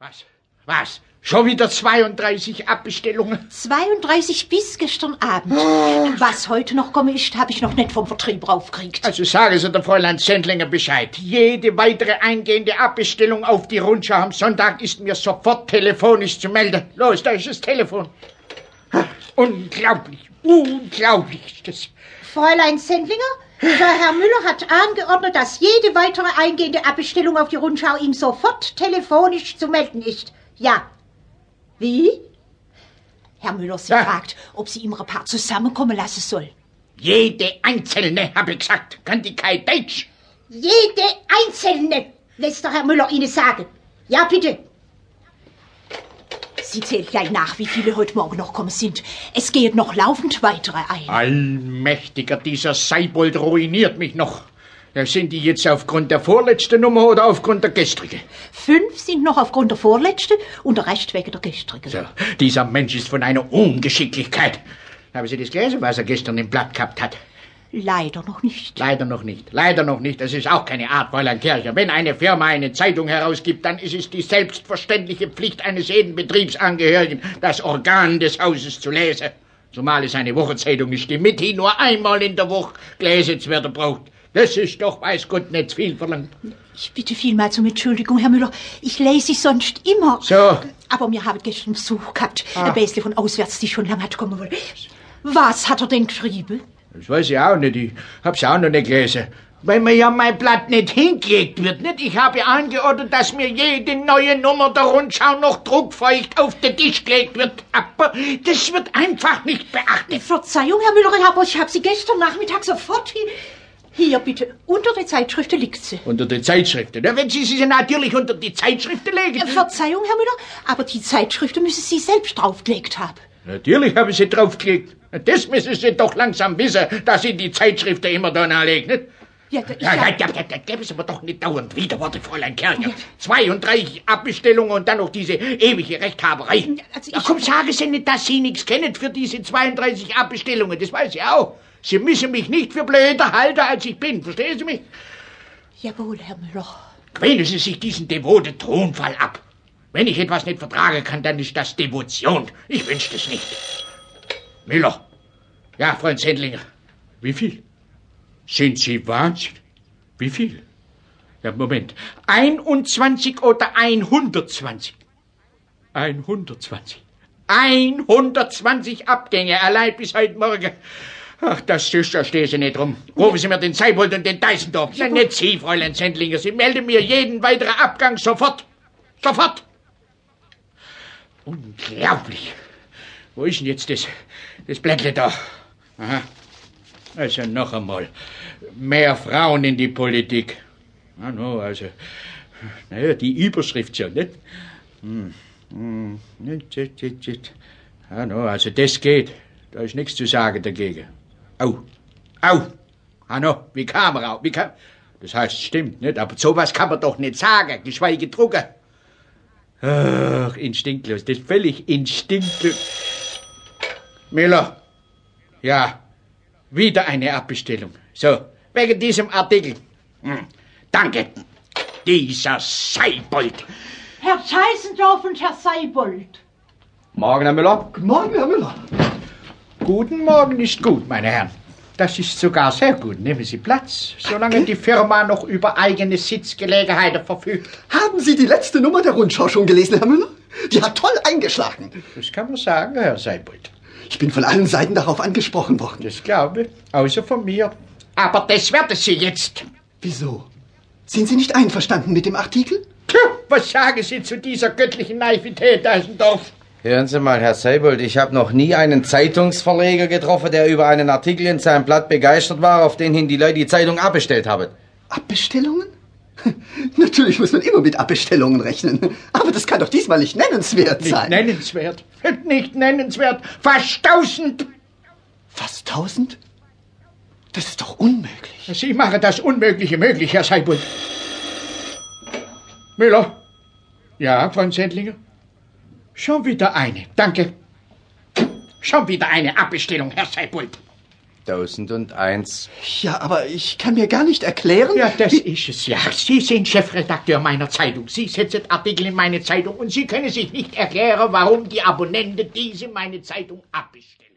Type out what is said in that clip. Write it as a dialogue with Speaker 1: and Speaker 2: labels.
Speaker 1: Was? Was? Schon wieder 32 Abbestellungen?
Speaker 2: 32 bis gestern Abend. Was heute noch komme ist, habe ich noch nicht vom Vertrieb raufgekriegt.
Speaker 1: Also sagen Sie der Fräulein Sendlinger Bescheid. Jede weitere eingehende Abbestellung auf die Rundschau am Sonntag ist mir sofort telefonisch zu melden. Los, da ist das Telefon. Unglaublich, unglaublich ist das.
Speaker 2: Fräulein Sendlinger, der Herr Müller hat angeordnet, dass jede weitere eingehende Abbestellung auf die Rundschau ihm sofort telefonisch zu melden ist. Ja. Wie? Herr Müller, sie
Speaker 1: Ja.
Speaker 2: fragt, ob sie ihm ein paar zusammenkommen lassen soll.
Speaker 1: Jede einzelne, habe ich gesagt. Kann die kein Deutsch?
Speaker 2: Jede einzelne, lässt der Herr Müller Ihnen sagen. Ja, bitte. Sie zählt gleich nach, wie viele heute Morgen noch kommen sind. Es geht noch laufend weitere ein.
Speaker 1: Allmächtiger, dieser Seibold ruiniert mich noch. Ja, Sind die jetzt aufgrund der vorletzten Nummer oder aufgrund der gestrigen?
Speaker 2: Fünf sind noch aufgrund der vorletzten und der Rest wegen der gestrigen.
Speaker 1: So, dieser Mensch ist von einer Ungeschicklichkeit. Haben Sie das gelesen, was er gestern im Blatt gehabt hat?
Speaker 2: Leider noch nicht.
Speaker 1: Leider noch nicht. Leider noch nicht. Das ist auch keine Art, Fräulein Kircher. Wenn eine Firma eine Zeitung herausgibt, dann ist es die selbstverständliche Pflicht eines jeden Betriebsangehörigen, das Organ des Hauses zu lesen. Zumal es eine Wochenzeitung ist, die mithin nur einmal in der Woche gelesen zu werden braucht. Das ist doch, weiß Gott, nicht viel verlangt.
Speaker 2: Ich bitte vielmals um Entschuldigung, Herr Müller. Ich lese es sonst immer.
Speaker 1: So.
Speaker 2: Aber wir haben gestern Besuch gehabt. Ein Bäsle von auswärts, die schon lange hat kommen wollen. Was hat er denn geschrieben?
Speaker 1: Das weiß ich auch nicht. Ich hab's auch noch nicht gelesen. Weil mir ja mein Blatt nicht hingelegt wird, nicht? Ich habe angeordnet, dass mir jede neue Nummer der Rundschau noch druckfeucht auf den Tisch gelegt wird. Aber das wird einfach nicht beachtet.
Speaker 2: Verzeihung, Herr Müller, aber ich habe sie gestern Nachmittag sofort hier. Hier bitte, unter der Zeitschrift liegt sie.
Speaker 1: Unter die Zeitschriften. ne? Na, wenn Sie sie natürlich unter die Zeitschriften legen.
Speaker 2: Verzeihung, Herr Müller, aber die Zeitschrift müssen Sie selbst draufgelegt haben.
Speaker 1: Natürlich habe ich sie draufgelegt. Das müssen Sie doch langsam wissen, dass Sie die Zeitschriften immer da anlegen, nicht?
Speaker 2: Ja, da- ich
Speaker 1: Ja, ja,
Speaker 2: hab-
Speaker 1: ja, ja, ja, geben Sie mir doch nicht dauernd wieder Worte, Fräulein Kercher. 32 Abbestellungen und dann noch diese ewige Rechthaberei.
Speaker 2: also
Speaker 1: ja,
Speaker 2: ich-
Speaker 1: komm, sagen Sie nicht, dass Sie nichts kennen für diese 32 Abbestellungen. Das weiß ich auch. Sie müssen mich nicht für blöder halten, als ich bin. Verstehen Sie mich?
Speaker 2: Jawohl, Herr Müller.
Speaker 1: Quälen Sie sich diesen devoten Tonfall ab. Wenn ich etwas nicht vertragen kann, dann ist das Devotion. Ich wünsche das nicht. Müller. Ja, Freund Sendlinger. Wie viel? Sind Sie wahnsinnig? Wie viel? Ja, Moment. 21 oder 120? 120. 120 Abgänge allein bis heute Morgen. Ach, das ist, da stehen Sie nicht rum. Rufen Sie mir den Seibold und den Deisendorf. Nein, nicht Sie, Fräulein Sendlinger. Sie melden mir jeden weiteren Abgang sofort. Sofort. Unglaublich. Wo ist denn jetzt das, das Blättle da? Aha. Also noch einmal. Mehr Frauen in die Politik. Ah, no, also. Naja, die Überschrift schon, nicht? hm, Nicht, nicht, nicht, nicht. Ah, no, also das geht. Da ist nichts zu sagen dagegen. Au, au. Ah, no, wie kam er auch? Wie kam... Das heißt, stimmt, nicht? Aber sowas kann man doch nicht sagen, geschweige drucken. Ach, instinktlos, das ist völlig instinktlos. Müller, ja, wieder eine Abbestellung. So, wegen diesem Artikel. Hm, danke. Dieser Seibold.
Speaker 2: Herr Scheißendorf und Herr Seibold.
Speaker 3: Morgen, Herr Müller.
Speaker 1: Morgen, Herr Müller. Guten Morgen ist gut, meine Herren. Das ist sogar sehr gut. Nehmen Sie Platz, solange die Firma noch über eigene Sitzgelegenheiten verfügt.
Speaker 4: Haben Sie die letzte Nummer der Rundschau schon gelesen, Herr Müller? Die hat toll eingeschlagen.
Speaker 1: Das kann man sagen, Herr Seibold.
Speaker 4: Ich bin von allen Seiten darauf angesprochen worden.
Speaker 1: Das glaube ich, außer von mir. Aber das werden Sie jetzt.
Speaker 4: Wieso? Sind Sie nicht einverstanden mit dem Artikel?
Speaker 1: Tja, was sagen Sie zu dieser göttlichen Naivität, Eisendorf?
Speaker 3: Hören Sie mal, Herr Seibold, ich habe noch nie einen Zeitungsverleger getroffen, der über einen Artikel in seinem Blatt begeistert war, auf den hin die Leute die Zeitung abbestellt haben.
Speaker 4: Abbestellungen? Natürlich muss man immer mit Abbestellungen rechnen. Aber das kann doch diesmal nicht nennenswert
Speaker 1: Nicht
Speaker 4: sein.
Speaker 1: nennenswert. Nicht nennenswert. Fast tausend.
Speaker 4: Fast tausend? Das ist doch unmöglich.
Speaker 1: Sie machen das Unmögliche möglich, Herr Seibold. Müller? Ja, Freund Sendlinger? Schon wieder eine, danke. Schon wieder eine Abbestellung, Herr Seibold.
Speaker 3: 1001.
Speaker 4: Ja, aber ich kann mir gar nicht erklären.
Speaker 1: Ja, das
Speaker 4: wie-
Speaker 1: ist es ja. Sie sind Chefredakteur meiner Zeitung. Sie setzen Artikel in meine Zeitung und Sie können sich nicht erklären, warum die Abonnenten diese meine Zeitung abbestellen.